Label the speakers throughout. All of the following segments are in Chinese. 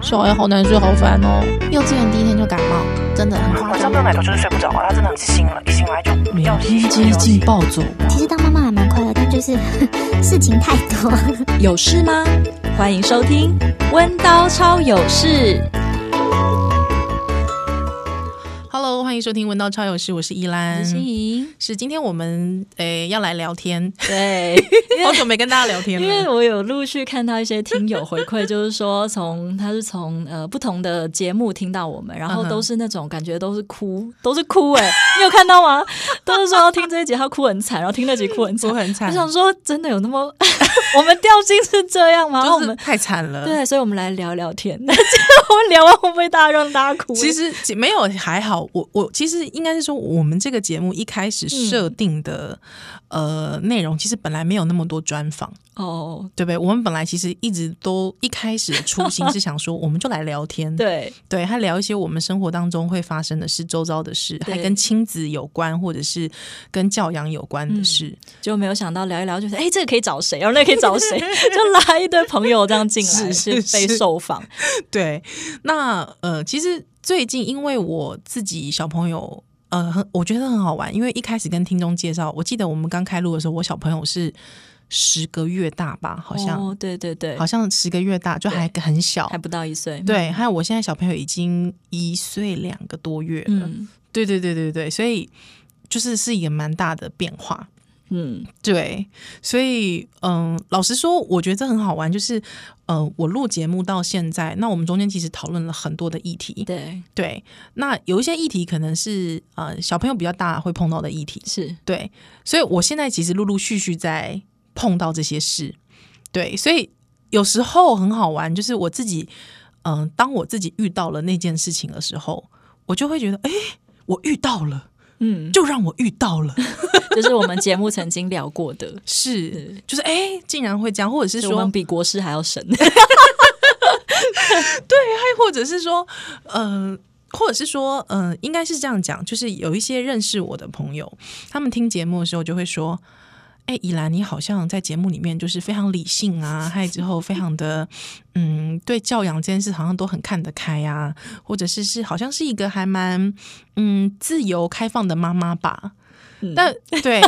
Speaker 1: 小孩好难睡，好烦哦。幼稚园第一天就感冒，真的很夸
Speaker 2: 晚
Speaker 1: 张
Speaker 2: 上嗯没。有奶头就是睡不着啊，他真的很清醒了，一醒来就
Speaker 3: 每
Speaker 2: 要洗
Speaker 3: 天接近暴走
Speaker 4: 其实当妈妈还蛮快乐，但就是 事情太多。
Speaker 5: 有事吗？欢迎收听《温刀超有事》。
Speaker 1: Hello，欢迎收听《文道超有事》，我是依兰。
Speaker 5: 莹，
Speaker 1: 是今天我们诶要来聊 天，
Speaker 5: 对，
Speaker 1: 好久没跟大家聊天
Speaker 5: 因为
Speaker 1: 了。
Speaker 5: 我有陆续看到一些听友回馈，就是说从他是从呃不同的节目听到我们，然后
Speaker 1: 嗯哼
Speaker 5: 都是那种感觉都是哭，都是哭哎、 你有看到吗？都是说听这一集他哭很惨，然后听那集哭很惨
Speaker 1: 我。很惨
Speaker 5: 我，想说，真的有那么 我们调性是这样吗？然
Speaker 1: 就
Speaker 5: 后我
Speaker 1: 是
Speaker 5: 们
Speaker 1: 太惨了。，
Speaker 5: 对，所以我们来聊聊天。 结果我们聊完会不会大家让大家哭？
Speaker 1: 其实其没有还好，我我其实应该是说，我们这个节目一开始设定的、呃内容，其实本来没有那么多专访，
Speaker 5: 哦，
Speaker 1: 对不对？我们本来其实一直都一开始的初心是想说，我们就来聊 天，
Speaker 5: 对，
Speaker 1: 对，还聊一些我们生活当中会发生的事、周遭的事，还
Speaker 5: 对
Speaker 1: 跟亲子有关，或者是跟教养有关的事。
Speaker 5: 就没有想到聊一聊，就是哎、诶这个可以找谁，然后那个可以 找谁，就拉一堆朋友这样进来，
Speaker 1: 是
Speaker 5: 是
Speaker 1: 是
Speaker 5: 被受访。
Speaker 1: 对，那呃，其实最近因为我自己小朋友。呃，很我觉得很好玩，因为一开始跟听众介绍，我记得我们刚开录的时候，我小朋友是十个月大吧，好像、
Speaker 5: 哦，对对对，
Speaker 1: 好像十个月大，就还很小
Speaker 5: 还，不到一岁。，
Speaker 1: 对。还有我现在小朋友已经一岁两个多月了，
Speaker 5: 嗯
Speaker 1: 对对对对对，所以就是是一个蛮大的变化。
Speaker 5: 嗯，
Speaker 1: 对，所以嗯，老实说，我觉得这很好玩，就是呃，我录节目到现在，那我们中间其实讨论了很多的议题，
Speaker 5: 对，
Speaker 1: 对，那有一些议题可能是呃小朋友比较大会碰到的议题，
Speaker 5: 是
Speaker 1: 对，所以我现在其实陆陆续续在碰到这些事，对，所以有时候很好玩，就是我自己，嗯、当我自己遇到了那件事情的时候，我就会觉得，哎，我遇到了，
Speaker 5: 嗯，
Speaker 1: 就让我遇到了。
Speaker 5: 就是我们节目曾经聊过的，
Speaker 1: 是，就是哎、诶竟然会这样，或 者是
Speaker 5: 就我
Speaker 1: 说，
Speaker 5: 们比国师还要神。
Speaker 1: 哎，或者是说，嗯、或者是说，嗯、应该是这样讲，就是有一些认识我的朋友，他们听节目的时候就会说。哎，以兰，你好像在节目里面就是非常理性啊，还有之后非常的，嗯，对教养这件事好像都很看得开啊，或者是是好像是一个还蛮嗯自由开放的妈妈吧。
Speaker 5: 嗯
Speaker 1: 但对，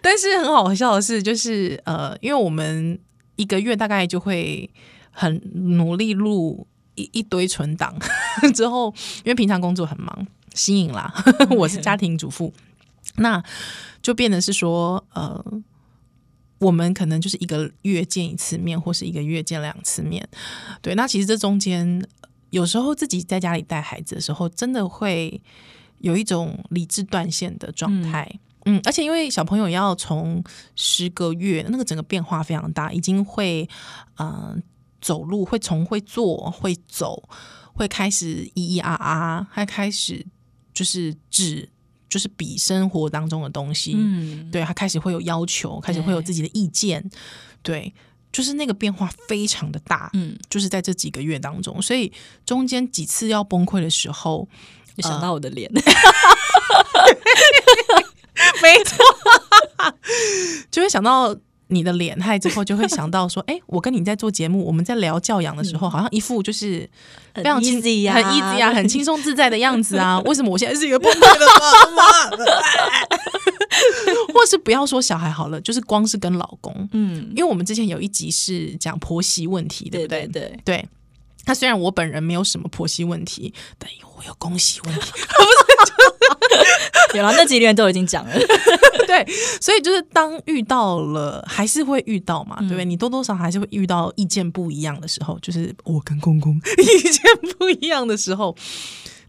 Speaker 1: 但是很好笑的是，就是呃，因为我们一个月大概就会很努力录一一堆存档， 之后因为平常工作很忙，吸引啦， 我是家庭主妇，那就变得是说呃。我们可能就是一个月见一次面，或是一个月见两次面，对。那其实这中间，呃有时候自己在家里带孩子的时候，真的会有一种理智断线的状态。嗯，而且因为小朋友要从十个月，那个整个变化非常大，已经会嗯、呃走路，会从会坐会走，会开始咿咿啊啊，还开始就是指就是比生活当中的东西，
Speaker 5: 嗯，
Speaker 1: 对他开始会有要求，开始会有自己的意见，对，就是那个变化非常的大，
Speaker 5: 嗯，
Speaker 1: 就是在这几个月当中，所以中间几次要崩溃的时候，
Speaker 5: 就想到我的脸，
Speaker 1: 没错， 就会想到你的脸，害之后就会想到说，哎、 我跟你在做节目，我们在聊教养的时候，好像一副就是非常轻
Speaker 5: 嗯 easy 呀
Speaker 1: 很 easy 啊，很轻松自在的样子啊，为什么我现在是一个崩溃的妈妈？ 或是不要说小孩好了，就是光是跟老公，
Speaker 5: 嗯，
Speaker 1: 因为我们之前有一集是讲婆媳问题，对
Speaker 5: 对
Speaker 1: 不
Speaker 5: 对
Speaker 1: 对？
Speaker 5: 对，
Speaker 1: 对。那虽然我本人没有什么婆媳问题，但我有公媳问题。
Speaker 5: 有了那几年都已经讲了，
Speaker 1: 对，所以就是当遇到了，还是会遇到嘛，对不对？
Speaker 5: 嗯
Speaker 1: 你多多少少还是会遇到意见不一样的时候，就是我跟公公 意见不一样的时候，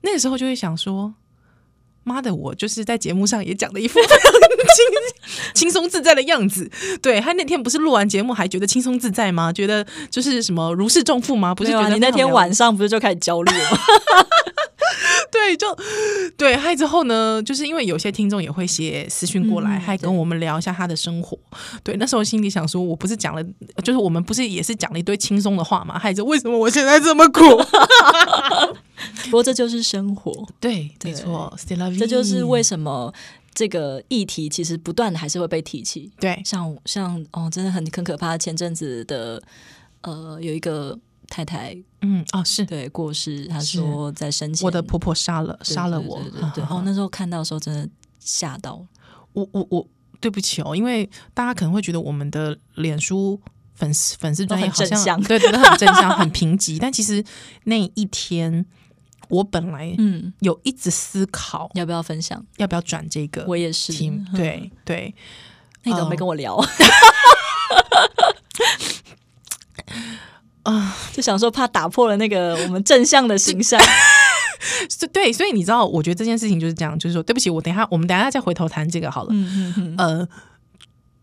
Speaker 1: 那个时候就会想说，妈的，我就是在节目上也讲的一副非常轻 轻松自在的样子。对他那天不是录完节目还觉得轻松自在吗？觉得就是什么如释重负 吗？不是
Speaker 5: 没
Speaker 1: 觉
Speaker 5: 有
Speaker 1: 得、
Speaker 5: 啊？你那天晚上不是就开始焦 虑了吗？
Speaker 1: 对，就对，嗨之后呢，就是因为有些听众也会写私讯过来，
Speaker 5: 嗯
Speaker 1: 还跟我们聊一下他的生活。对，那时候心里想说，我不是讲了，就是我们不是也是讲了一堆轻松的话嘛？还着为什么我现在这么苦？
Speaker 5: 不过这就是生活，
Speaker 1: 对，
Speaker 5: 对
Speaker 1: 没错，Still love you，
Speaker 5: 这就是为什么这个议题其实不断的还是会被提起。
Speaker 1: 对
Speaker 5: 像像哦，真的很很可怕。前阵子的呃，有一个太太
Speaker 1: 嗯，哦，是
Speaker 5: 对过世，她
Speaker 1: 是
Speaker 5: 说在生前
Speaker 1: 我的婆婆杀了
Speaker 5: 对
Speaker 1: 杀了
Speaker 5: 对
Speaker 1: 我，
Speaker 5: 对对 对对哦，那时候看到的时候真的吓到，
Speaker 1: 我我我对不起哦，因为大家可能会觉得我们的脸书粉丝粉丝专业
Speaker 5: 都很
Speaker 1: 好
Speaker 5: 正
Speaker 1: 像
Speaker 5: 向
Speaker 1: 对对都很正向、很贫瘠，但其实那一天我本来
Speaker 5: 嗯，
Speaker 1: 有一直思考
Speaker 5: 要不要分享？
Speaker 1: 要不要转这个
Speaker 5: 我也是，嗯
Speaker 1: 题目，对对，
Speaker 5: 那你
Speaker 1: 嗯
Speaker 5: 怎么没跟我聊？ 啊，就想说怕打破了那个我们正向的形 象，
Speaker 1: 是对，所以你知道，我觉得这件事情就是这样，就是说，对不起，我等一下我们等一下再回头谈这个好了。
Speaker 5: 嗯嗯嗯，
Speaker 1: 呃，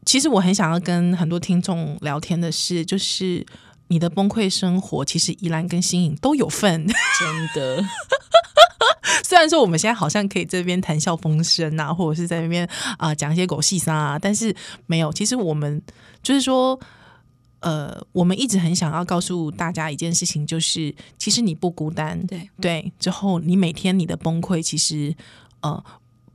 Speaker 1: 其实我很想要跟很多听众聊天的是，就是你的崩溃生活，其实宜兰跟新颖都有份。
Speaker 5: 真的，
Speaker 1: 虽然说我们现在好像可以这边谈笑风生啊，或者是在那边啊、讲一些狗屁啥啊，但是没有。其实我们就是说，呃，我们一直很想要告诉大家一件事情，就是其实你不孤单。
Speaker 5: 对
Speaker 1: 对，之后你每天你的崩溃，其实呃，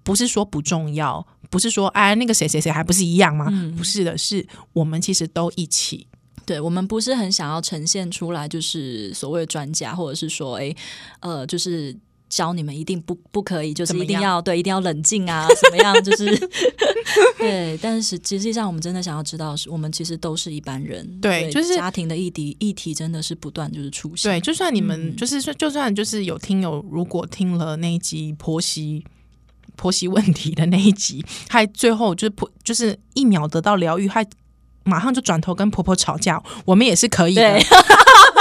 Speaker 1: 不是说不重要，不是说哎那个谁谁谁还不是一样吗？
Speaker 5: 嗯
Speaker 1: 不是的，是我们其实都一起。
Speaker 5: 对我们不是很想要呈现出来，就是所谓的专家，或者是说，哎，呃，就是。教你们一定不不可以，就是
Speaker 1: 怎么
Speaker 5: 一定
Speaker 1: 样
Speaker 5: 要对，一定要冷静啊，怎么样？就是 对，但是实际上我们真的想要知道，是我们其实都是一般人，
Speaker 1: 对就是
Speaker 5: 家庭的议题议题真的是不断就是出现，
Speaker 1: 对，就算你们、
Speaker 5: 嗯
Speaker 1: 就是说，就算就是有听友如果听了那一集婆媳婆媳问题的那一集，还最后就是婆就是一秒得到疗愈，还马上就转头跟婆婆吵架，我们也是可以的
Speaker 5: 对，，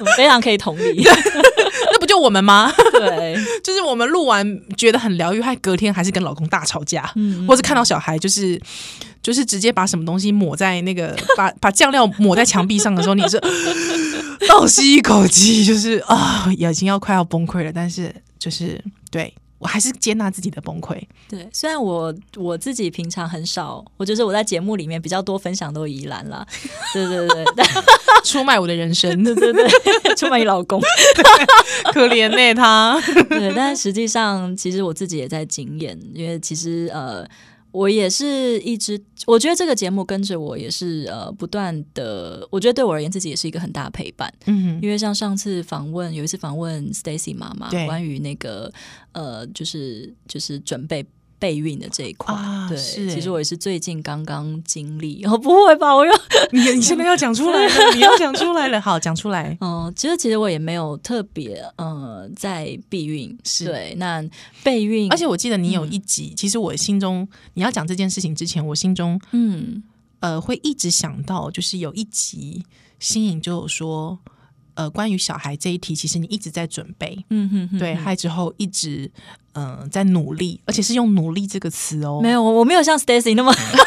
Speaker 5: 我非常可以同意。
Speaker 1: 那不就我们吗？
Speaker 5: 对，
Speaker 1: 就是我们录完觉得很疗愈，还隔天还是跟老公大吵架，
Speaker 5: 嗯
Speaker 1: 或是看到小孩就是就是直接把什么东西抹在那个把把酱料抹在墙壁上的时候，你是 倒吸一口气，就是啊、已经要快要崩溃了，但是就是对我还是接纳自己的崩溃，
Speaker 5: 对，虽然我我自己平常很少，我就是我在节目里面比较多分享都是宜兰啦，对对对，但
Speaker 1: 出卖我的人生，
Speaker 5: 对对，出卖你老公，
Speaker 1: 可怜呢、他，
Speaker 5: 对，但实际上其实我自己也在经验，因为其实呃。我也是一直，我觉得这个节目跟着我也是呃不断的，我觉得对我而言自己也是一个很大的陪伴。
Speaker 1: 嗯
Speaker 5: 因为像上次访问有一次访问 Stacy 妈妈
Speaker 1: 对
Speaker 5: 关于那个呃，就是就是准备。备孕的这一块，
Speaker 1: 啊
Speaker 5: 对，
Speaker 1: 是欸
Speaker 5: 其实我也是最近刚刚经历， 哦，不会吧？我又，
Speaker 1: 你你现在要讲出来 了，你要讲出来了，好，讲出来，
Speaker 5: 嗯、其实其实我也没有特别，呃，在避孕，
Speaker 1: 是
Speaker 5: 对，那备孕，
Speaker 1: 而且，我记得你有
Speaker 5: 嗯
Speaker 1: 一集，其实我心中你要讲这件事情之前，我心中
Speaker 5: 嗯，
Speaker 1: 呃，会一直想到，就是有一集新颖就有说，呃，关于小孩这一题，其实你一直在准备，
Speaker 5: 嗯哼哼
Speaker 1: 对，还之后一直嗯、呃在努力，而且是用努力这个词哦，
Speaker 5: 没有，我我没有像 Stacy 那么
Speaker 1: 嗯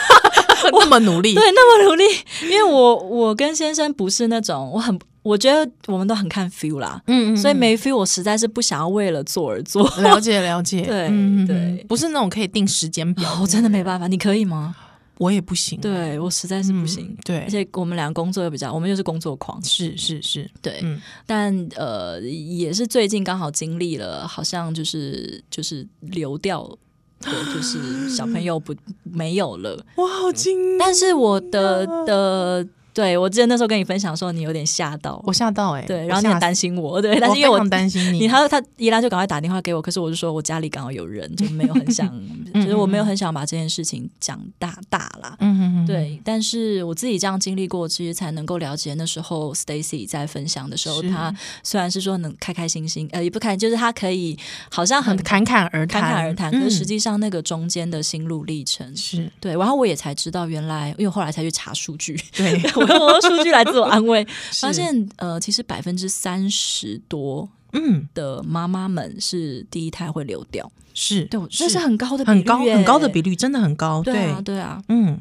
Speaker 1: 那么努 力，
Speaker 5: 对，那么努力，因为我我跟先生不是那种，我很，我觉得我们都很看 feel 啦，
Speaker 1: 嗯嗯，
Speaker 5: 所以没 feel，我实在是不想要为了做而 做，
Speaker 1: 嗯了解了解，
Speaker 5: 对
Speaker 1: 嗯嗯嗯
Speaker 5: 对
Speaker 1: 不是那种可以定时间表，
Speaker 5: 哦，我真的没办法，你可以吗？
Speaker 1: 我也不行，
Speaker 5: 对我实在是
Speaker 1: 嗯，
Speaker 5: 不行，
Speaker 1: 对
Speaker 5: 而，且我们俩工作又比较，我们又是工作狂，
Speaker 1: 是是是，
Speaker 5: 对。
Speaker 1: 嗯
Speaker 5: 但呃，也是最近刚好经历了，好像就是就是流掉，对，就是小朋友不没有了。嗯
Speaker 1: 哇，好惊，啊
Speaker 5: 但是我的的，对我记得那时候跟你分享说，你有点吓到，
Speaker 1: 我吓到哎、欸，
Speaker 5: 对，然后你很担
Speaker 1: 心，
Speaker 5: 心我，对，但
Speaker 1: 我
Speaker 5: 是
Speaker 1: 非
Speaker 5: 因为我
Speaker 1: 常。担心你，
Speaker 5: 你他他依然就赶快打电话给我，可是我就说我家里刚好有人，就没有很 想，就是我没有很想把这件事情讲大大啦。
Speaker 1: 嗯哼哼，
Speaker 5: 对，但是我自己这样经历过，其实才能够了解那时候 Stacy 在分享的时候，
Speaker 1: 是
Speaker 5: 她虽然是说能开开心心，呃，也不开，就是她可以好像很
Speaker 1: 很侃侃而
Speaker 5: 侃
Speaker 1: 谈，
Speaker 5: 侃而谈，可是实
Speaker 1: 嗯
Speaker 5: 际上那个中间的心路历程。
Speaker 1: 是
Speaker 5: 对，然后我也才知道，原来因为我后来才去查数据，
Speaker 1: 对，
Speaker 5: 我用数据来自我安慰，发
Speaker 1: 是
Speaker 5: 现呃，其实百分之三十多
Speaker 1: 嗯
Speaker 5: 的妈妈们是第一胎会流掉，
Speaker 1: 是
Speaker 5: 对，我这是很高的比
Speaker 1: 很高
Speaker 5: 率耶
Speaker 1: 很高的比率，真的很高。
Speaker 5: 对啊，对啊，
Speaker 1: 嗯，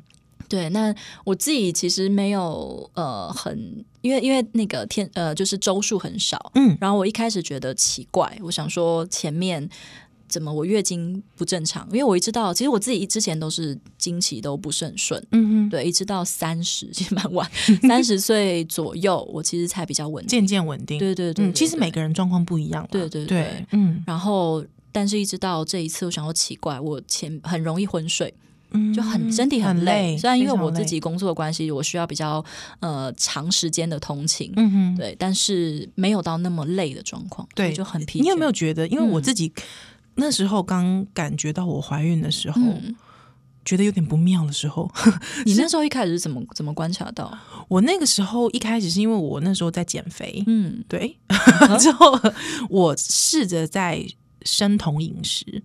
Speaker 5: 对，那我自己其实没有呃很，因为因为那个天呃就是周数很少，
Speaker 1: 嗯
Speaker 5: 然后我一开始觉得奇怪，我想说前面怎么我月经不正常，因为我一直到其实我自己之前都是经期都不是很顺。
Speaker 1: 嗯哼，
Speaker 5: 对，一直到三十，其 实蛮晚，三十岁左右，我其实才比较稳定。
Speaker 1: 渐渐稳定。
Speaker 5: 对对对
Speaker 1: 嗯，其实
Speaker 5: 对
Speaker 1: 每个人状况不一样啦。
Speaker 5: 对对
Speaker 1: 对
Speaker 5: 对，
Speaker 1: 嗯
Speaker 5: 然后，但是一直到这一次，我想要奇怪，我前很容易昏睡，
Speaker 1: 嗯
Speaker 5: 就很身体很累。
Speaker 1: 累。
Speaker 5: 虽然因为
Speaker 1: 非常
Speaker 5: 我自
Speaker 1: 累
Speaker 5: 己，工作的关系，我需要比较呃长时间的通勤，
Speaker 1: 嗯哼，
Speaker 5: 对，但是没有到那么累的状况，
Speaker 1: 对
Speaker 5: 所以就很疲倦。
Speaker 1: 你有没有觉得？因为我
Speaker 5: 嗯
Speaker 1: 自己那时候刚感觉到我怀孕的时候，
Speaker 5: 嗯，
Speaker 1: 觉得有点不妙的时候，
Speaker 5: 你那时候一开始是怎么怎么观察到？
Speaker 1: 我那个时候一开始是因为我那时候在减肥，
Speaker 5: 嗯，
Speaker 1: 对， 之后我试着在生酮饮食，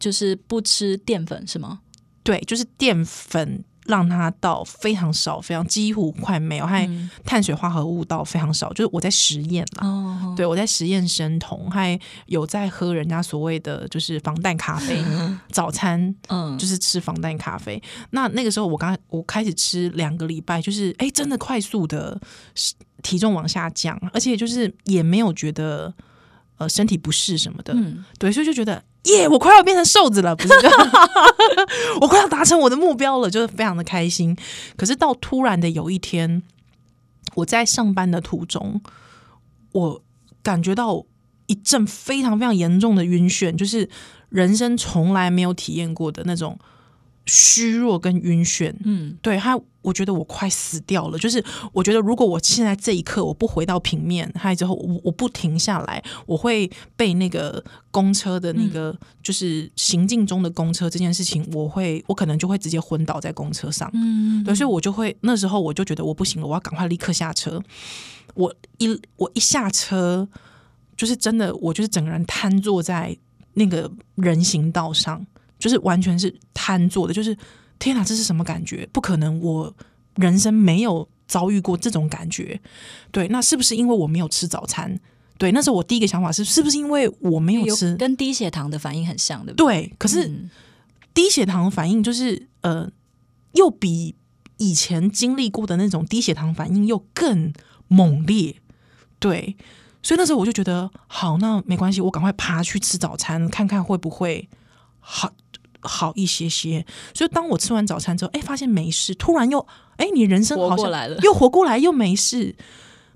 Speaker 5: 就是不吃淀粉是吗？
Speaker 1: 对，就是淀粉让它到非常少，非常几乎快没有，还
Speaker 5: 嗯
Speaker 1: 碳水化合物到非常少，就是我在实验啦。
Speaker 5: 哦，
Speaker 1: 对，我在实验生酮，还有在喝人家所谓的就是防弹咖 啡，早餐
Speaker 5: 嗯，
Speaker 1: 就是吃防弹咖啡。那那个时候我刚我开始吃两个礼拜，就是哎、诶真的快速的体重往下降，而且就是也没有觉得呃身体不适什么的，
Speaker 5: 嗯，
Speaker 1: 对，所以就觉得耶，我快要变成瘦子了，不是， 我快要达成我的目标了，就是非常的开心。可是到突然的有一天，我在上班的途中，我感觉到一阵非常非常严重的晕眩，就是人生从来没有体验过的那种虚弱跟晕眩。
Speaker 5: 嗯，
Speaker 1: 对他，我觉得我快死掉了。就是我觉得，如果我现在这一刻我不回到平面，还有之后我我不停下来，我会被那个公车的那个、就是行进中的公车这件事情，我会我可能就会直接昏倒在公车上。
Speaker 5: 嗯，
Speaker 1: 对，所以我就会那时候我就觉得我不行了，我要赶快立刻下车。我一我一下车，就是真的，我就是整个人瘫坐在那个人行道上，就是完全是瘫坐的，就是天哪，这是什么感觉？不可能，我人生没有遭遇过这种感觉。对，那是不是因为我没有吃早餐？对，那时候我第一个想法是，是不是因为我没有
Speaker 5: 有
Speaker 1: 吃？
Speaker 5: 跟低血糖的反应很像，对不对？
Speaker 1: 对，可是
Speaker 5: 嗯
Speaker 1: 低血糖反应就是呃，又比以前经历过的那种低血糖反应又更猛烈，对，所以那时候我就觉得好，那没关系，我赶快爬去吃早餐，看看会不会好好一些些。所以当我吃完早餐之后，哎，发现没事，突然又哎，你人生
Speaker 5: 活
Speaker 1: 好
Speaker 5: 过
Speaker 1: 像
Speaker 5: 来了
Speaker 1: 又活过来，又没事。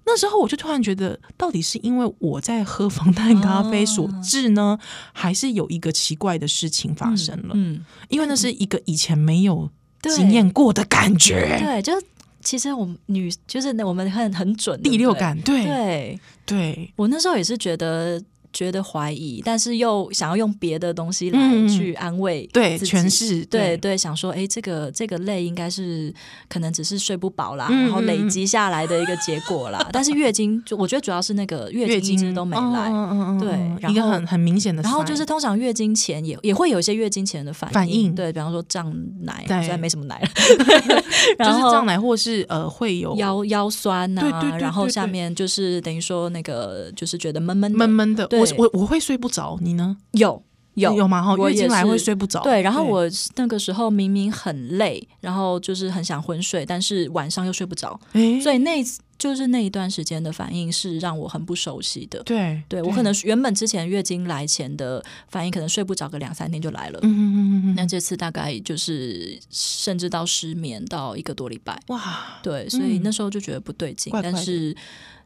Speaker 1: 那时候我就突然觉得，到底是因为我在喝防弹咖啡所
Speaker 5: 啊
Speaker 1: 致呢，还是有一个奇怪的事情发生了？
Speaker 5: 嗯，
Speaker 1: 因为那是一个以前没有
Speaker 5: 对
Speaker 1: 经验过的感觉，
Speaker 5: 对，就是其实我们女就是我们很很准
Speaker 1: 第六，
Speaker 5: 对
Speaker 1: 感，
Speaker 5: 不
Speaker 1: 对
Speaker 5: 对
Speaker 1: 对
Speaker 5: 对我那时候也是觉得觉得怀疑，但是又想要用别的东西来
Speaker 1: 嗯
Speaker 5: 去安慰
Speaker 1: 对，
Speaker 5: 自己
Speaker 1: 全是
Speaker 5: 对对，想说，哎，这个这个累应该是可能只是睡不饱啦，
Speaker 1: 嗯
Speaker 5: 然后
Speaker 1: 嗯
Speaker 5: 累
Speaker 1: 嗯
Speaker 5: 积下来的一个结 果啦。但是月经，就我觉得主要是那个月
Speaker 1: 月
Speaker 5: 经一直都没来，
Speaker 1: 嗯嗯嗯嗯
Speaker 5: 对
Speaker 1: 嗯
Speaker 5: 然
Speaker 1: 一个
Speaker 5: 后
Speaker 1: 很很明显的 sign，
Speaker 5: 然后就是通常月经前也也会有一些月经前的反应，
Speaker 1: 反应
Speaker 5: 对，比方说胀奶，
Speaker 1: 对
Speaker 5: 虽然没什么奶了，
Speaker 1: 就
Speaker 5: 然
Speaker 1: 是
Speaker 5: 后
Speaker 1: 胀奶或是呃会有
Speaker 5: 腰腰酸呐、
Speaker 1: 对对对
Speaker 5: 然后
Speaker 1: 对
Speaker 5: 下
Speaker 1: 对
Speaker 5: 面就是等于说那个就是觉得闷闷的
Speaker 1: 闷闷的，
Speaker 5: 对
Speaker 1: 我我我会睡不着，你呢？
Speaker 5: 有有
Speaker 1: 有吗？哈，
Speaker 5: 我
Speaker 1: 月
Speaker 5: 也
Speaker 1: 经来
Speaker 5: 是
Speaker 1: 会睡不着，
Speaker 5: 对，然后我那个时候明明很累，然后就是很想昏睡，但是晚上又睡不着，
Speaker 1: 哎，
Speaker 5: 所以那一次就是那一段时间的反应是让我很不熟悉的。
Speaker 1: 对
Speaker 5: 对我可能原本之前月经来前的反应，可能睡不着个两三天就来了。
Speaker 1: 嗯嗯嗯嗯
Speaker 5: 那
Speaker 1: 嗯，
Speaker 5: 这次大概就是甚至到失眠到一个多礼拜，
Speaker 1: 哇，
Speaker 5: 对，所以
Speaker 1: 嗯
Speaker 5: 那时候就觉得不对劲，
Speaker 1: 怪怪的
Speaker 5: 但是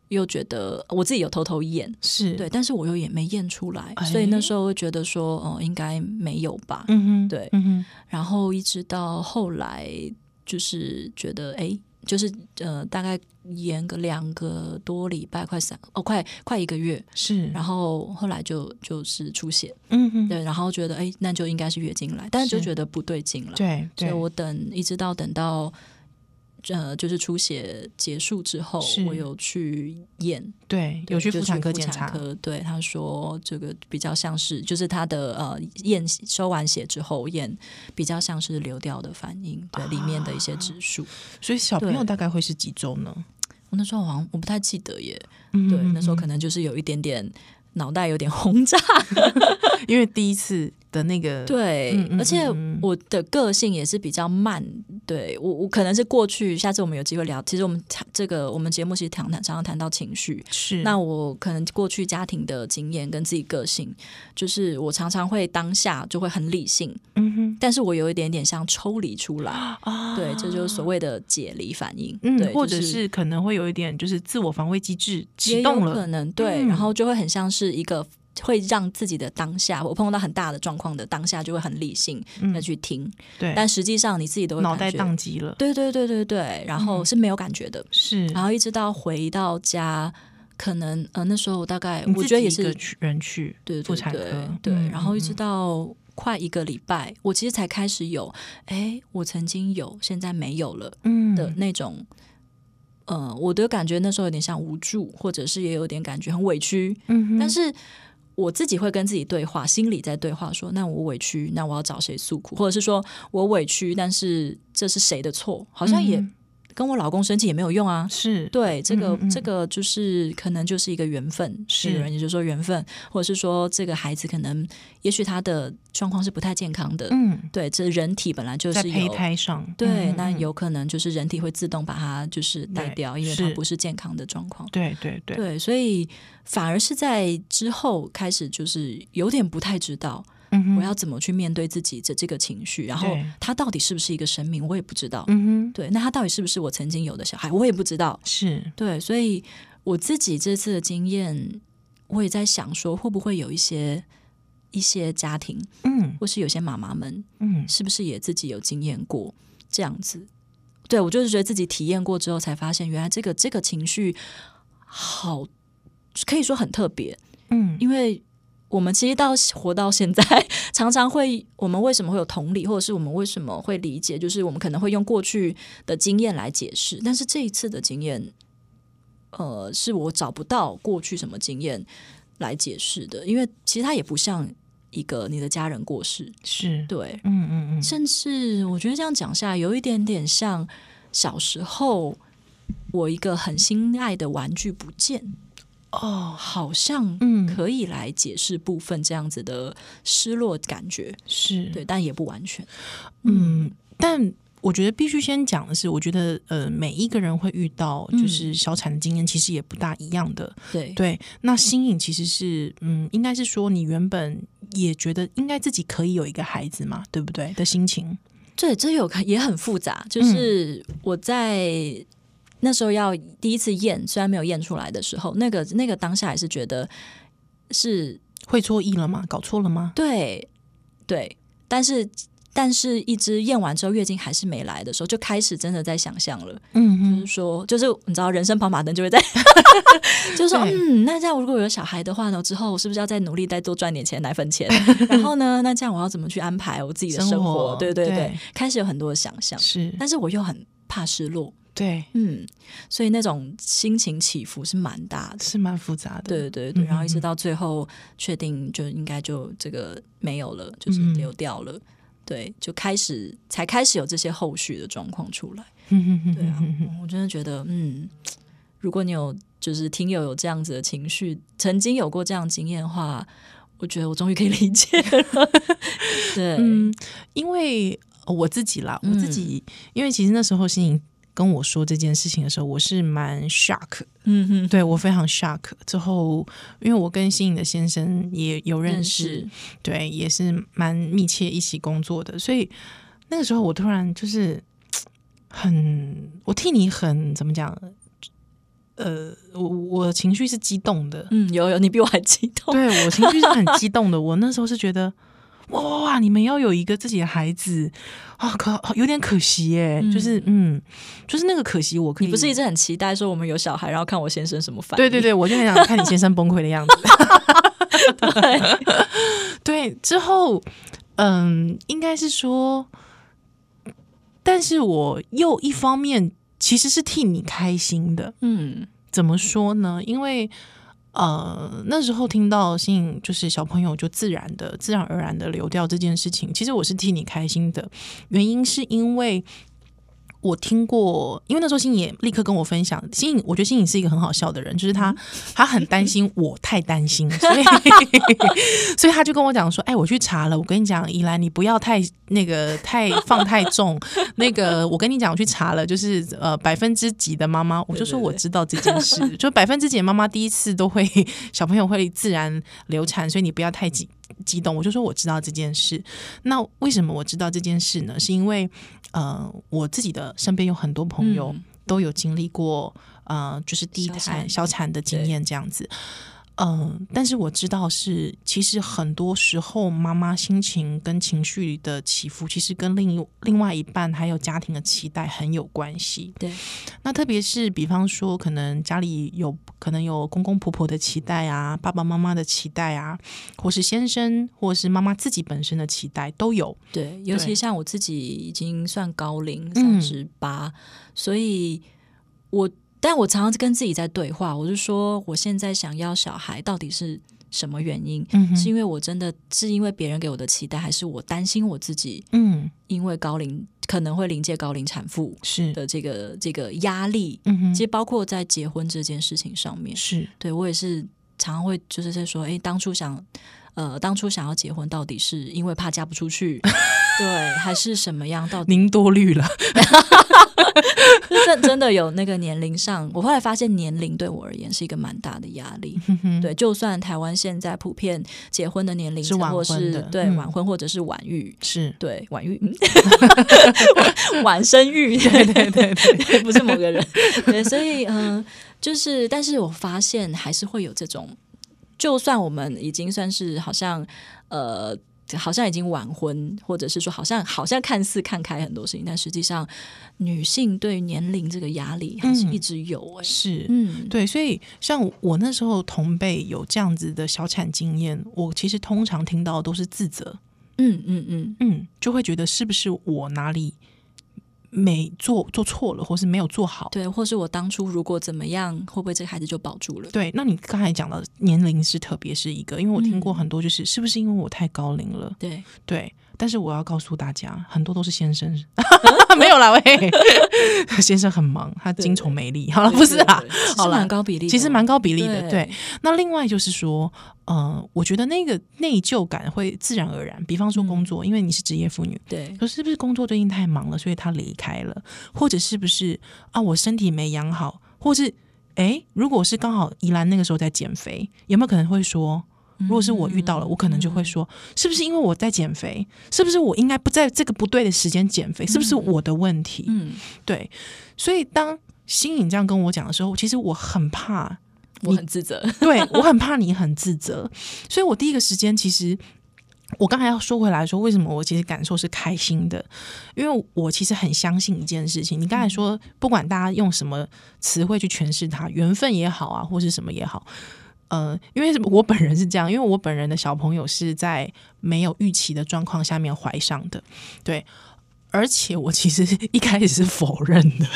Speaker 5: 又觉得我自己有偷偷验，
Speaker 1: 是，
Speaker 5: 对，但是我又也没验出来，
Speaker 1: 哎
Speaker 5: 所以那时候会觉得说，哦、应该没有吧。
Speaker 1: 嗯哼，
Speaker 5: 对
Speaker 1: 嗯哼，
Speaker 5: 然后一直到后来，就是觉得，哎，就是呃，大概延个两个多礼拜，快三哦，快快一个月。
Speaker 1: 是，
Speaker 5: 然后后来就就是出血，
Speaker 1: 嗯哼，
Speaker 5: 对，然后觉得哎，那就应该是月经来，但是就是觉得不对劲了，
Speaker 1: 对
Speaker 5: 所以
Speaker 1: 对，
Speaker 5: 我等一直到等到呃，就是出血结束之后
Speaker 1: 是，
Speaker 5: 我有去验，
Speaker 1: 对
Speaker 5: 对
Speaker 1: 有去
Speaker 5: 就
Speaker 1: 妇产科检查，
Speaker 5: 科对他说这个比较像是，就是他的呃验收完血之后验比较像是流掉的反应，对、里面的一些指数。
Speaker 1: 所以小朋友
Speaker 5: 对
Speaker 1: 大概会是几周呢？
Speaker 5: 我那时候好像我不太记得耶，
Speaker 1: 嗯
Speaker 5: 对，
Speaker 1: 嗯
Speaker 5: 那时候
Speaker 1: 嗯
Speaker 5: 可能就是有一点点。脑袋有点 轰炸，
Speaker 1: 因为第一次的那个，
Speaker 5: 对，
Speaker 1: 嗯嗯
Speaker 5: 而且
Speaker 1: 嗯嗯
Speaker 5: 我的个性也是比较慢，对我我可能是过去，下次我们有机会聊。其实我们谈这个，我们节目其实常常常常谈到情绪，
Speaker 1: 是
Speaker 5: 那我可能过去家庭的经验跟自己个性，就是我常常会当下就会很理性，
Speaker 1: 嗯哼
Speaker 5: 但是我有一点点像抽离出来，
Speaker 1: 啊
Speaker 5: 对，这就是所谓的解离反应，
Speaker 1: 嗯，
Speaker 5: 对，
Speaker 1: 或
Speaker 5: 就
Speaker 1: 者是可能会有一点就是自我防卫机制
Speaker 5: 也
Speaker 1: 启
Speaker 5: 有
Speaker 1: 动
Speaker 5: 可
Speaker 1: 了，
Speaker 5: 能对，
Speaker 1: 嗯
Speaker 5: 然后就会很像是一个会让自己的当下，我碰到很大的状况的当下，就会很理性
Speaker 1: 嗯
Speaker 5: 再去听，
Speaker 1: 对，
Speaker 5: 但实际上你自己都会
Speaker 1: 脑
Speaker 5: 感
Speaker 1: 袋嗯
Speaker 5: 觉
Speaker 1: 宕机了，
Speaker 5: 对啊对对对对，然后是没有感觉的，
Speaker 1: 是，
Speaker 5: 然后一直到回到家，可能呃那时候大概
Speaker 1: 你
Speaker 5: 我
Speaker 1: 自
Speaker 5: 觉得
Speaker 1: 己
Speaker 5: 也
Speaker 1: 一个
Speaker 5: 是
Speaker 1: 去人去
Speaker 5: 对
Speaker 1: 妇
Speaker 5: 对
Speaker 1: 产科
Speaker 5: 对，对，
Speaker 1: 嗯
Speaker 5: 然后一直
Speaker 1: 嗯
Speaker 5: 到快一个礼拜，我其实才开始有，哎，我曾经有，现在没有了
Speaker 1: 嗯
Speaker 5: 的那种。呃，我的感觉那时候有点像无助，或者是也有点感觉很委屈，
Speaker 1: 嗯哼，
Speaker 5: 但是我自己会跟自己对话，心里在对话说，那我委屈，那我要找谁诉苦，或者是说我委屈，但是这是谁的错？好像也
Speaker 1: 嗯
Speaker 5: 跟我老公生气也没有用啊。
Speaker 1: 是
Speaker 5: 对，这个
Speaker 1: 嗯嗯嗯
Speaker 5: 这个就是可能就是一个缘分，
Speaker 1: 是
Speaker 5: 有人也就说缘分，或者是说这个孩子可能，也许他的状况是不太健康的，
Speaker 1: 嗯，
Speaker 5: 对，这人体本来就
Speaker 1: 在
Speaker 5: 是
Speaker 1: 胚
Speaker 5: 有，
Speaker 1: 胎上，
Speaker 5: 对，
Speaker 1: 嗯
Speaker 5: 那
Speaker 1: 嗯
Speaker 5: 有可能就是人体会自动把它就是带
Speaker 1: 对
Speaker 5: 掉，因为它
Speaker 1: 是
Speaker 5: 不是健康的状况。
Speaker 1: 对对对，
Speaker 5: 对，所以反而是在之后开始，就是有点不太知道
Speaker 1: 嗯哼
Speaker 5: 我要怎么去面对自己的这个情绪，然后
Speaker 1: 对
Speaker 5: 它到底是不是一个生命，我也不知道。
Speaker 1: 嗯哼，
Speaker 5: 对，那它到底是不是我曾经有的小孩，我也不知道。
Speaker 1: 是
Speaker 5: 对，所以我自己这次的经验，我也在想说，会不会有一些一些家庭，
Speaker 1: 嗯
Speaker 5: 或是有些妈妈们，
Speaker 1: 嗯
Speaker 5: 是不是也自己有经验过这样子？对我就是觉得自己体验过之后，才发现原来这个这个情绪好，可以说很特别，
Speaker 1: 嗯，
Speaker 5: 因为。我们其实到活到现在， 常常会，我们为什么会有同理，或者是我们为什么会理解，就是我们可能会用过去的经验来解释，但是这一次的经验，呃，是我找不到过去什么经验来解释的，因为其实它也不像一个你的家人过世，
Speaker 1: 是，
Speaker 5: 对，
Speaker 1: 嗯嗯嗯，
Speaker 5: 甚至我觉得这样讲下来，有一点点像小时候我一个很心爱的玩具不见哦，好像
Speaker 1: 嗯
Speaker 5: 可以来解释部分这样子的失落感觉，
Speaker 1: 是，
Speaker 5: 对，但也不完全，
Speaker 1: 嗯，但我觉得必须先讲的是，我觉得呃，每一个人会遇到
Speaker 5: 嗯
Speaker 1: 就是小产的经验，其实也不大一样的。
Speaker 5: 对
Speaker 1: 对，那新颖其实是，嗯，应该是说你原本也觉得应该自己可以有一个孩子嘛，对不对？的心情，
Speaker 5: 对，这有也很复杂，就是我在。那时候要第一次验，虽然没有验出来的时候，那个那个当下也是觉得是
Speaker 1: 会错意了吗？搞错了吗？
Speaker 5: 对对，但是但是，一直验完之后月经还是没来的时候，就开始真的在想象了，就
Speaker 1: 嗯
Speaker 5: 是
Speaker 1: 嗯，
Speaker 5: 说，就是你知道，人生跑马灯就会 在，就是说，
Speaker 1: 对
Speaker 5: 嗯，那这样如果有小孩的话呢，之后我是不是要再努力再多赚点钱 奶粉钱？然后呢，那这样我要怎么去安排我自己的
Speaker 1: 生
Speaker 5: 生
Speaker 1: 活
Speaker 5: 对对对，
Speaker 1: 对
Speaker 5: 开始有很多的想象，
Speaker 1: 是，
Speaker 5: 但是我又很怕失落，
Speaker 1: 对，
Speaker 5: 嗯，所以那种心情起伏是蛮大的。
Speaker 1: 是蛮复杂的。
Speaker 5: 对对对，
Speaker 1: 嗯
Speaker 5: 然后一
Speaker 1: 嗯
Speaker 5: 直
Speaker 1: 嗯
Speaker 5: 到最后确定就应该就这个没有了，就是
Speaker 1: 嗯嗯
Speaker 5: 流掉了。对，就开始才开始有这些后续的状况出来。
Speaker 1: 嗯嗯
Speaker 5: 对啊，
Speaker 1: 嗯嗯
Speaker 5: 我真的觉得，嗯，如果你有就是听友有这样子的情绪，曾经有过这样经验的话，我觉得我终于可以理解了。 对，
Speaker 1: 嗯，因为呃我自己啦，
Speaker 5: 嗯
Speaker 1: 我自己，因为其实那时候新颖跟我说这件事情的时候，我是蛮 shock
Speaker 5: 嗯哼，
Speaker 1: 对我非常 shock。之后，因为我跟新颖的先生也有认
Speaker 5: 认
Speaker 1: 识，
Speaker 5: 识，
Speaker 1: 对，也是蛮密切一起工作的，所以那个时候我突然就是很，我替你很怎么讲？呃，我我情绪是激动的，
Speaker 5: 嗯，有有，你比我还激动。
Speaker 1: 对我情绪是很激动的。我那时候是觉得，哇哇哇，你们要有一个自己的孩子啊，可有点可惜耶，就是嗯，就是那个可惜，我可以
Speaker 5: 你不是一直很期待说我们有小孩，然后看我先生什么反应？
Speaker 1: 对对对，我就很想看你先生崩溃的样子。 对，之后嗯，应该是说，但是我又一方面其实是替你开心的。
Speaker 5: 嗯
Speaker 1: 怎么说呢？因为呃，那时候听到信就是小朋友就自然的、自然而然的流掉这件事情，其实我是替你开心的，原因是因为。我听过，因为那时候欣颖也立刻跟我分享，欣颖，我觉得欣颖是一个很好笑的人，就是
Speaker 5: 嗯
Speaker 1: 她，她很担心我太担心，所 以，所以她就跟我讲说，哎，我去查了，我跟你讲，依兰，你不要太那个太放太重， 那个我跟你讲，我去查了，就是呃百分之几的妈妈，我就说
Speaker 5: 对对
Speaker 1: 我
Speaker 5: 对
Speaker 1: 知道这件事，就百分之几的妈妈第一次都会小朋友会自然流产，所以你不要太激激动。我就说我知道这件事。那为什么我知道这件事呢？是因为呃，我自己的身边有很多朋友
Speaker 5: 嗯
Speaker 1: 都有经历过、呃，就是第一
Speaker 5: 小
Speaker 1: 胎
Speaker 5: 产
Speaker 1: 小产的经验这样子。嗯，但是我知道是，其实很多时候妈妈心情跟情绪的起伏，其实跟另一另外一半还有家庭的期待很有关系。
Speaker 5: 对，
Speaker 1: 那特别是比方说，可能家里有可能有公公婆婆的期待啊，爸爸妈妈的期待啊，或是先生或是妈妈自己本身的期待都有。
Speaker 5: 对，尤
Speaker 1: 对
Speaker 5: 其像我自己已经算高龄，
Speaker 1: 嗯
Speaker 5: 三十八，所以我但我常常跟自己在对话，我就说我现在想要小孩到底是什么原因？
Speaker 1: 嗯哼
Speaker 5: 是因为我真的是因为别人给我的期待，还是我担心我自己
Speaker 1: 嗯，
Speaker 5: 因为高龄可能会临界高龄产妇
Speaker 1: 是，
Speaker 5: 的这个这个压力？
Speaker 1: 嗯
Speaker 5: 其
Speaker 1: 哼，
Speaker 5: 实包括在结婚这件事情上面，
Speaker 1: 是，
Speaker 5: 对我也是常常会就是在说，哎，当初想，呃，当初想要结婚，到底是因为怕嫁不 出去，对，还是什么样？到底
Speaker 1: 您多虑了。
Speaker 5: 就真真的有那个年龄上，我后来发现年龄对我而言是一个蛮大的压力。
Speaker 1: 嗯
Speaker 5: 对，就算台湾现在普遍结婚的年龄
Speaker 1: 是晚
Speaker 5: 或
Speaker 1: 婚
Speaker 5: 是
Speaker 1: 的
Speaker 5: 对
Speaker 1: 嗯
Speaker 5: 晚婚或者是晚育。
Speaker 1: 是，
Speaker 5: 对，晚育，嗯晚晚生育，对对对对， 不是某 个人，对，所以嗯、呃就是，但是我发现还是会有这种，就算我们已经算是好像呃，好像已经晚婚，或者是说好像好像看似看开很多事情，但实际上女性对于年龄这个压力还是一直有哎、
Speaker 1: 嗯是，
Speaker 5: 嗯，
Speaker 1: 对，所以像我那时候同辈有这样子的小产经验，我其实通常听到的都是自责，
Speaker 5: 嗯嗯嗯，
Speaker 1: 嗯，就会觉得是不是我哪里没做做错了，或是没有做好。
Speaker 5: 对，或是我当初如果怎么样，会不会这个孩子就保住了？
Speaker 1: 对，那你刚才讲到年龄是特别是一个，因为我听
Speaker 5: 嗯
Speaker 1: 过很多就是、是不是因为我太高龄了？
Speaker 5: 对，
Speaker 1: 对，但是我要告诉大家，很多都是先 生没有啦，喂， 先生很忙，他精虫没力。好了，哦不是啦
Speaker 5: 对，对对其
Speaker 1: 好
Speaker 5: 实
Speaker 1: 啦
Speaker 5: 蛮高比例的，
Speaker 1: 其实蛮高比例的。
Speaker 5: 对
Speaker 1: 对，那另外就是说，呃，我觉得那个内疚感会自然而然。比方说工
Speaker 5: 嗯
Speaker 1: 作，因为你是职业妇女，
Speaker 5: 对
Speaker 1: 可是不是工作最近太忙了，所以她离开了，或者是不是啊，我身体没养好，或是诶，如果是刚好宜兰那个时候在减肥，有没有可能会说？
Speaker 5: 嗯
Speaker 1: 如果是我遇到了，我可能就会说，是不是因为我在减肥？是不是我应该不在这个不对的时间减肥？是不是我的问题？
Speaker 5: 嗯，
Speaker 1: 对，所以当新颖这样跟我讲的时候，其实我很怕
Speaker 5: 我很自 责。
Speaker 1: 对我很怕你很自责，所以我第一个时间其实。我刚才要说回来说，为什么我其实感受是开心的，因为我其实很相信一件事情。你刚才说，不管大家用什么词汇去诠释它，缘分也好啊，或是什么也好，呃，因为我本人是这样，因为我本人的小朋友是在没有预期的状况下面怀上的，对，而且我其实一开始是 否认的，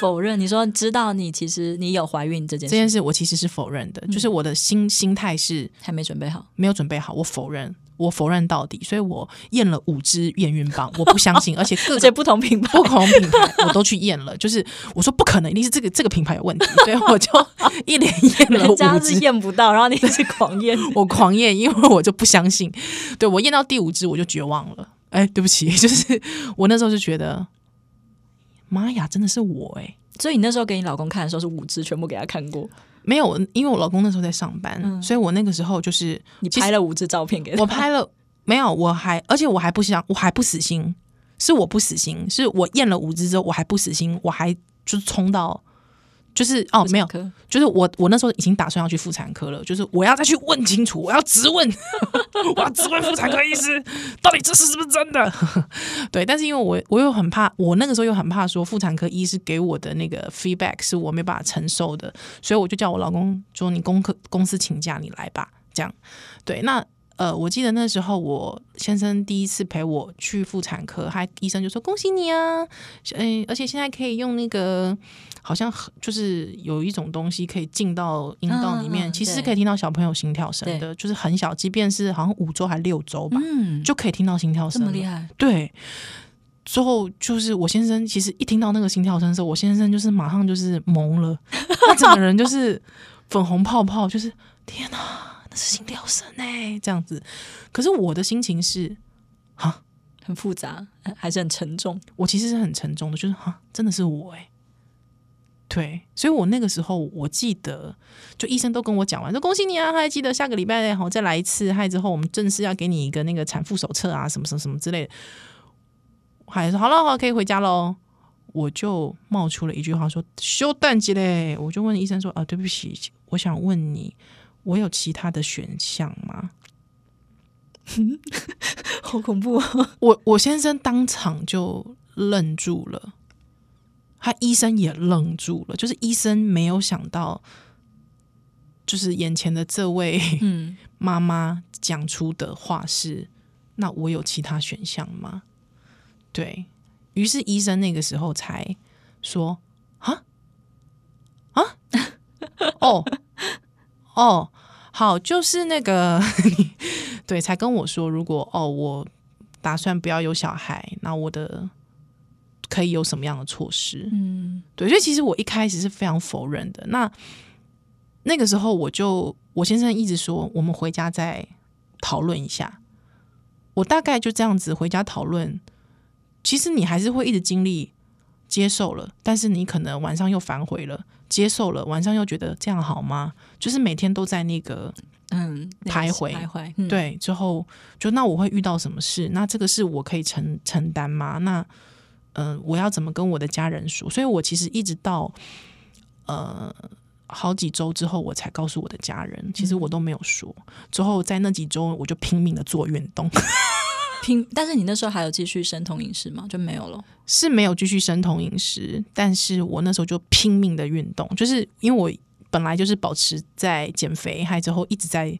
Speaker 5: 否认，你说知道你其实你有怀孕这件
Speaker 1: 这
Speaker 5: 事，
Speaker 1: 件事我其实是否认的，就是我的心心态是
Speaker 5: 还没准备好。
Speaker 1: 没有准备好，我否认，我否认到底，所以我验了五支验孕棒， 我不相信，而且各
Speaker 5: 而且
Speaker 1: 个
Speaker 5: 不同品牌
Speaker 1: 不，同品牌我都去验了，就是我说不可能，一定是这个这个品牌有问题，所以我就一连验了
Speaker 5: 人
Speaker 1: 五
Speaker 5: 家是
Speaker 1: 支。
Speaker 5: 验不到，然后你是狂验。
Speaker 1: 我狂验，因为我就不相信。对我验到第五支，我就绝望了。哎，对不起， 就是我那时候就觉得，妈呀，真的是我哎、
Speaker 5: 所以你那时候给你老公看的时候，是五支全部给他看过，
Speaker 1: 没有，因为我老公那时候在上班，
Speaker 5: 嗯
Speaker 1: 所以我那个时候就是
Speaker 5: 你
Speaker 1: 其实
Speaker 5: 拍了五支照片给他。
Speaker 1: 我拍了没有？我还而且我还不想，我还不死心，是我不死心，是我验了五支之后我还不死心，我还就是冲到。就是哦，没有，
Speaker 5: 科
Speaker 1: 就是我，我那时候已经打算要去妇产科了，就是我要再去问清楚，我要质问，我要质问妇产科医师，到底这事是不是真的？ 对，但是因为我我又很怕，我那个时候又很怕说妇产科医师给我的那个 feedback 是我没办法承受的，所以我就叫我老公说：“你公科公司请假，你来吧。”这样，对，那。呃，我记得那时候我先生第一次陪我去妇产科，他医生就说恭喜你啊，嗯，而且现在可以用那个好像很就是有一种东西可以进到阴道里面，
Speaker 5: 嗯嗯嗯
Speaker 1: 其实是
Speaker 5: 对
Speaker 1: 可以听到小朋友心跳声的，就是很小，即便是好像五周还六周吧，
Speaker 5: 嗯，
Speaker 1: 就可以听到心跳
Speaker 5: 这
Speaker 1: 声
Speaker 5: 么
Speaker 1: 了。
Speaker 5: 厉害，
Speaker 1: 对，最后就是我先生，其实一听到那个心跳声的时候，我先生就是马上就是懵 了，他整个人就是粉红泡泡，就是天哪、那是心跳声哎、这样子。可是我的心情是，
Speaker 5: 很复杂，呃还是很沉重。
Speaker 1: 我其实是很沉重的，就是哈，真的是我哎、对，所以我那个时候我记得，就医生都跟我讲完，说恭喜你啊，还记得下个礼拜好再来一次，还之后我们正式要给你一个那个产妇手册啊，什么什么什么之类的。我还说好了，好了可以回家喽。我就冒出了一句话说：“休蛋鸡嘞！”我就问医生说：“啊，对不起，我想问你，我有其他的选项吗？
Speaker 5: 好恐怖、哦！
Speaker 1: 我我先生当场就愣住了，他医生也愣住了，就是医生没有想到，就是眼前的这位
Speaker 5: 嗯，
Speaker 1: 妈妈讲出的话是：“那我有其他选项吗？”对于是医生那个时候才说：“啊啊 哦哦，好，就是那个 对，才跟我说，如果哦我打算不要有小孩，那我的可以有什么样的措施？”
Speaker 5: 嗯，
Speaker 1: 对，所以其实我一开始是非常否认的。那那个时候，我就我先生一直说，我们回家再讨论一下。我大概就这样子回家讨论。其实你还是会一直经历接受了，但是你可能晚上又反悔了，接受了，晚上又觉得这样好吗？就是每天都在那个
Speaker 5: 嗯，那个
Speaker 1: 徘
Speaker 5: 是
Speaker 1: 徊
Speaker 5: 徘徊，嗯，
Speaker 1: 对，之后就那我会遇到什么事？那这个事我可以承承担吗？那嗯、呃我要怎么跟我的家人说？所以我其实一直到呃好几周之后，我才告诉我的家人，其实我都没有说。之后在那几周，我就拼命的做运动，
Speaker 5: 拼。但是你那时候还有继续生酮饮食吗？就没有了。
Speaker 1: 是没有继续生酮饮食，但是我那时候就拼命的运动，就是因为我本来就是保持在减肥，还之后一直在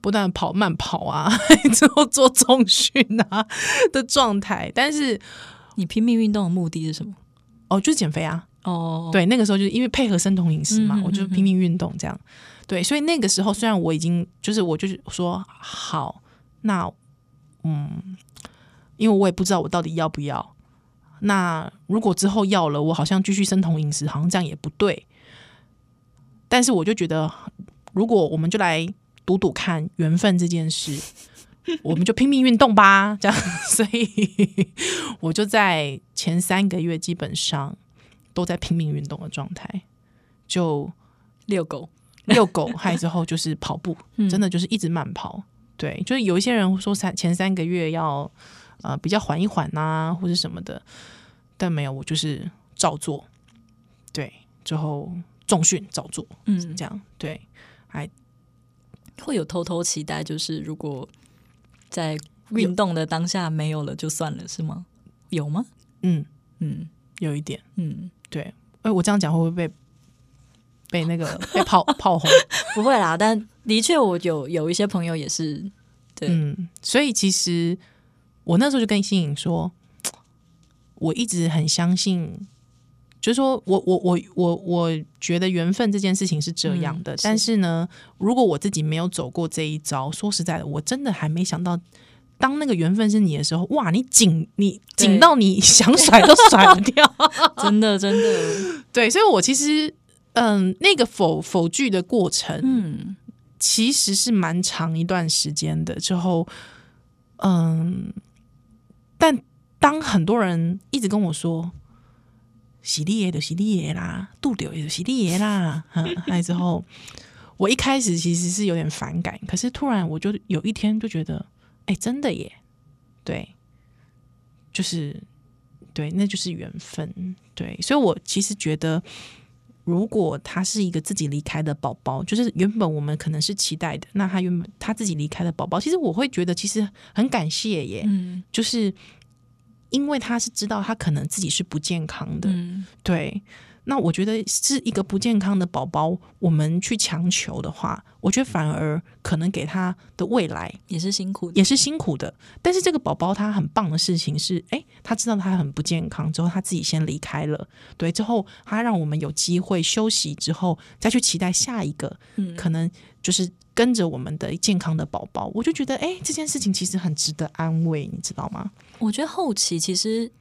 Speaker 1: 不断地跑慢跑啊， 之后做重训啊的状态，但是
Speaker 5: 你拼命运动的目的是什么？
Speaker 1: 哦，就是减肥啊，
Speaker 5: 哦，，
Speaker 1: 对，那个时候就是因为配合生酮饮食嘛，
Speaker 5: 嗯嗯嗯
Speaker 1: 我就拼命运动这样，对，所以那个时候虽然我已经就是我就是说好，那嗯，因为我也不知道我到底要不要，那如果之后要了，我好像继续生酮饮食，好像这样也不对，但是我就觉得，如果我们就来赌赌看缘分这件事。 我们就拼命运动吧，这样，所以 我就在前三个月基本上都在拼命运动的状态，就
Speaker 5: 遛狗。
Speaker 1: 遛狗，还之后就是跑步，
Speaker 5: 嗯
Speaker 1: 真的就是一直慢跑。对，就是有一些人说三前三个月要呃比较缓一缓呐、或者什么的，但没有，我就是照做。对，之后重训照做，
Speaker 5: 嗯，
Speaker 1: 这样对，还
Speaker 5: 会有偷偷期待，就是如果在运动的当下没有了就算了，是吗？有吗？
Speaker 1: 嗯
Speaker 5: 嗯
Speaker 1: 有一点。
Speaker 5: 嗯，
Speaker 1: 哎，我这样讲会不会被被那个被 炮炮轰？
Speaker 5: 不会啦，但的确我有有一些朋友也是，对，
Speaker 1: 嗯，所以其实我那时候就跟新颖说，我一直很相信，就是说我我我我我觉得缘分这件事情是这样的，
Speaker 5: 嗯是
Speaker 1: 但是呢，如果我自己没有走过这一招，说实在的，我真的还没想到。当那个缘分是你的时候，哇！你紧你
Speaker 5: 对
Speaker 1: 紧到你 想甩都甩不掉，
Speaker 5: 真的真的，
Speaker 1: 对，所以我其实嗯，那个否否拒的过程，
Speaker 5: 嗯
Speaker 1: 其实是蛮长一段时间的。之后，嗯，但当很多人一直跟我说“洗利耶的洗利耶啦，杜柳也的洗利耶啦”， 嗯，那之后，我一开始其实是有点反感，可是突然我就有一天就觉得，哎，真的耶，对，就是对，那就是缘分，对，所以我其实觉得。如果他是一个自己离开的宝宝，就是原本我们可能是期待的，那他原本他自己离开的宝宝，其实我会觉得其实很感谢耶，
Speaker 5: 嗯
Speaker 1: 就是因为他是知道他可能自己是不健康的，
Speaker 5: 嗯，
Speaker 1: 对。那我觉得是一个不健康的宝宝，我们去强求的话，我觉得反而可能给他的未来
Speaker 5: 也是辛苦的，
Speaker 1: 也是辛苦的。但是这个宝宝他很棒的事情是，诶，他知道他很不健康之后，他自己先离开了，对，之后他让我们有机会休息之后，再去期待下一个，
Speaker 5: 嗯
Speaker 1: 可能就是跟着我们的健康的宝宝。我就觉得，诶，这件事情其实很值得安慰，你知道吗？
Speaker 5: 我觉得后期其实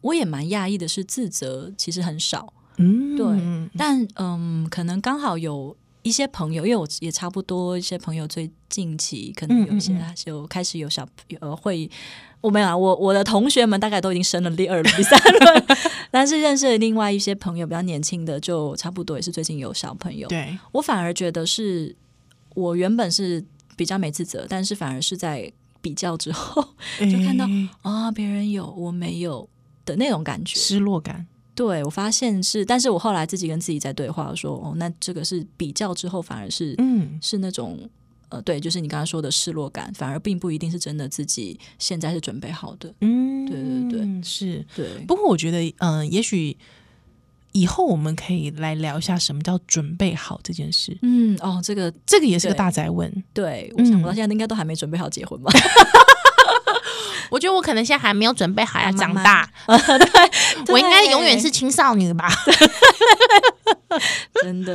Speaker 5: 我也蛮讶异的，是自责其实很少，
Speaker 1: 嗯，
Speaker 5: 对但嗯，可能刚好有一些朋友，因为我也差不多一些朋友最近期可能有一些
Speaker 1: 嗯嗯嗯
Speaker 5: 他是有开始有小呃会，我没有啊，我我的同学们大概都已经生了第二轮、第三轮， 但是认识的另外一些朋友比较年轻的，就差不多也是最近有小朋友。
Speaker 1: 对，
Speaker 5: 我反而觉得是我原本是比较没自责，但是反而是在比较之后
Speaker 1: 就
Speaker 5: 看到啊、别人有我没有的那种感觉。
Speaker 1: 失落感。
Speaker 5: 对我发现是，但是我后来自己跟自己在对话说，哦，那这个是比较之后，反而是、
Speaker 1: 嗯，
Speaker 5: 是那种呃，对，就是你刚刚说的失落感，反而并不一定是真的自己现在是准备好的。
Speaker 1: 嗯，
Speaker 5: 对对对，
Speaker 1: 是。
Speaker 5: 对，
Speaker 1: 不过我觉得，嗯、也许以后我们可以来聊一下什么叫准备好这件事，
Speaker 5: 嗯，哦，这个
Speaker 1: 这个也是个
Speaker 5: 对
Speaker 1: 大宅问。
Speaker 5: 对，我想
Speaker 1: 嗯
Speaker 5: 我到现在应该都还没准备好 结婚吧？
Speaker 1: 我觉得我可能现在还没有准备好要
Speaker 5: 妈
Speaker 1: 长
Speaker 5: 妈
Speaker 1: 大，
Speaker 5: 对
Speaker 1: 我应该永远是青少年吧。
Speaker 5: 真的，真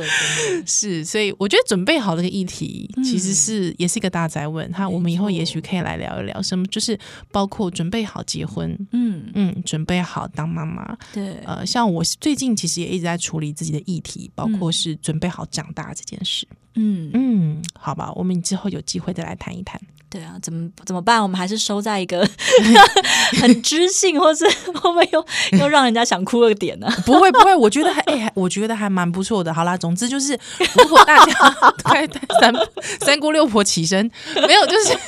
Speaker 5: 的
Speaker 1: 是，所以我觉得准备好这个议题，其实
Speaker 5: 嗯
Speaker 1: 是、也是一个大宅问。哈，我们以后也许可以来聊一聊什么，就是包括准备好结婚，
Speaker 5: 嗯，
Speaker 1: 嗯，准备好当妈妈。
Speaker 5: 对，
Speaker 1: 呃，像我最近其实也一直在处理自己的议题，包括
Speaker 5: 嗯
Speaker 1: 是准备好长大这件事。
Speaker 5: 嗯，
Speaker 1: 嗯，好吧，我们之后有机会再来谈一谈。
Speaker 5: 对啊，怎么怎么办？我们还是收在 一个 很知性，或是会不会又又让人家想哭的点啊呢、
Speaker 1: 不会不会，我觉得还哎、还我觉得还蛮不错的。好啦，总之就是，如果大家对对三三姑六婆起身，没有就是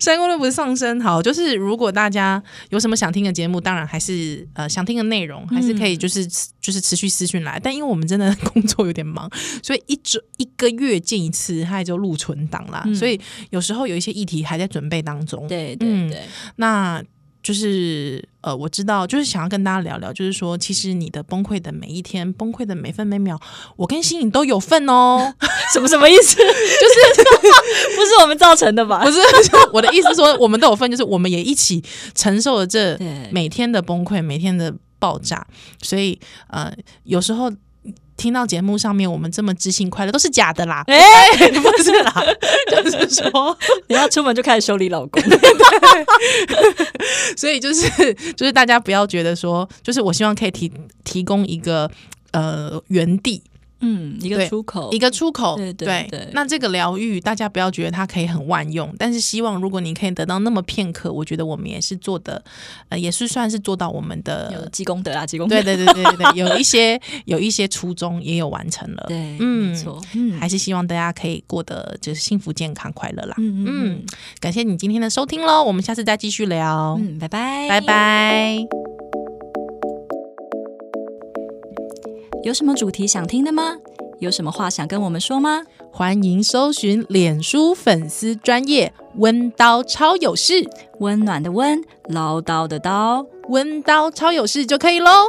Speaker 1: 三姑六婆上身。好，就是如果大家有什么想听的节目，当然还是呃想听的内容，还是可以就是、就是持续私讯来。但因为我们真的 工作有点忙，所以一周一个月见一次，它也就录存档啦。
Speaker 5: 嗯
Speaker 1: 所以有时候有一些议题还在准备当中。
Speaker 5: 对对
Speaker 1: 嗯
Speaker 5: 对，
Speaker 1: 那就是呃，我知道，就是想要跟大家聊聊，就是说，其实你的崩溃的每一天，崩溃的每分每秒，我跟心颖都有份哦。
Speaker 5: 什么什么意思？就是 不是我们造成的吧？
Speaker 1: 不是， 我的意思是说，我们都有份，就是我们也一起承受了 这
Speaker 5: 对。
Speaker 1: 每天的崩溃，每天的爆炸。所以呃，有时候听到节目上面我们这么知性快乐，都是假的啦
Speaker 5: 哎、
Speaker 1: 不是啦，就是说，
Speaker 5: 你要出门就开始修理老 公，
Speaker 1: 所以就是就是大家不要觉得说，就是我希望可以提提供一个呃原地，
Speaker 5: 嗯， 一个
Speaker 1: 对
Speaker 5: 出口，
Speaker 1: 一个出口，
Speaker 5: 对对对
Speaker 1: 那这个疗愈，大家不要觉得它可以很万用，但是希望如果你可以得到那么片刻，我觉得我们也是做的，呃，也是算是做到我们
Speaker 5: 有
Speaker 1: 的，
Speaker 5: 积功德啊，积功德
Speaker 1: 对，对对对对对，有一些有一些初衷也有完成了，
Speaker 5: 对，
Speaker 1: 嗯
Speaker 5: 没错，嗯，
Speaker 1: 还是希望大家可以过得就是幸福、健康、快乐啦。
Speaker 5: 嗯
Speaker 1: 嗯
Speaker 5: 嗯，
Speaker 1: 感谢你今天的收听喽，我们下次再继续聊，
Speaker 5: 嗯，拜拜，
Speaker 1: 拜。拜。
Speaker 5: 有什么主题想听的吗？有什么话想跟我们说吗？
Speaker 1: 欢迎搜寻脸书粉丝专业温刀超有事，
Speaker 5: 温暖的温，唠叨的叨。
Speaker 1: 温刀超有事就可以喽。